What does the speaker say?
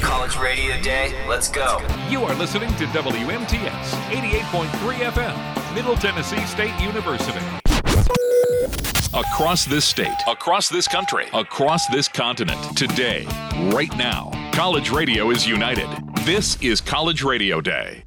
College Radio Day. Let's go. You are listening to WMTS 88.3 FM, Middle Tennessee State University. Across this state, across this country, across this continent, today, right now, college radio is united. This is College Radio Day.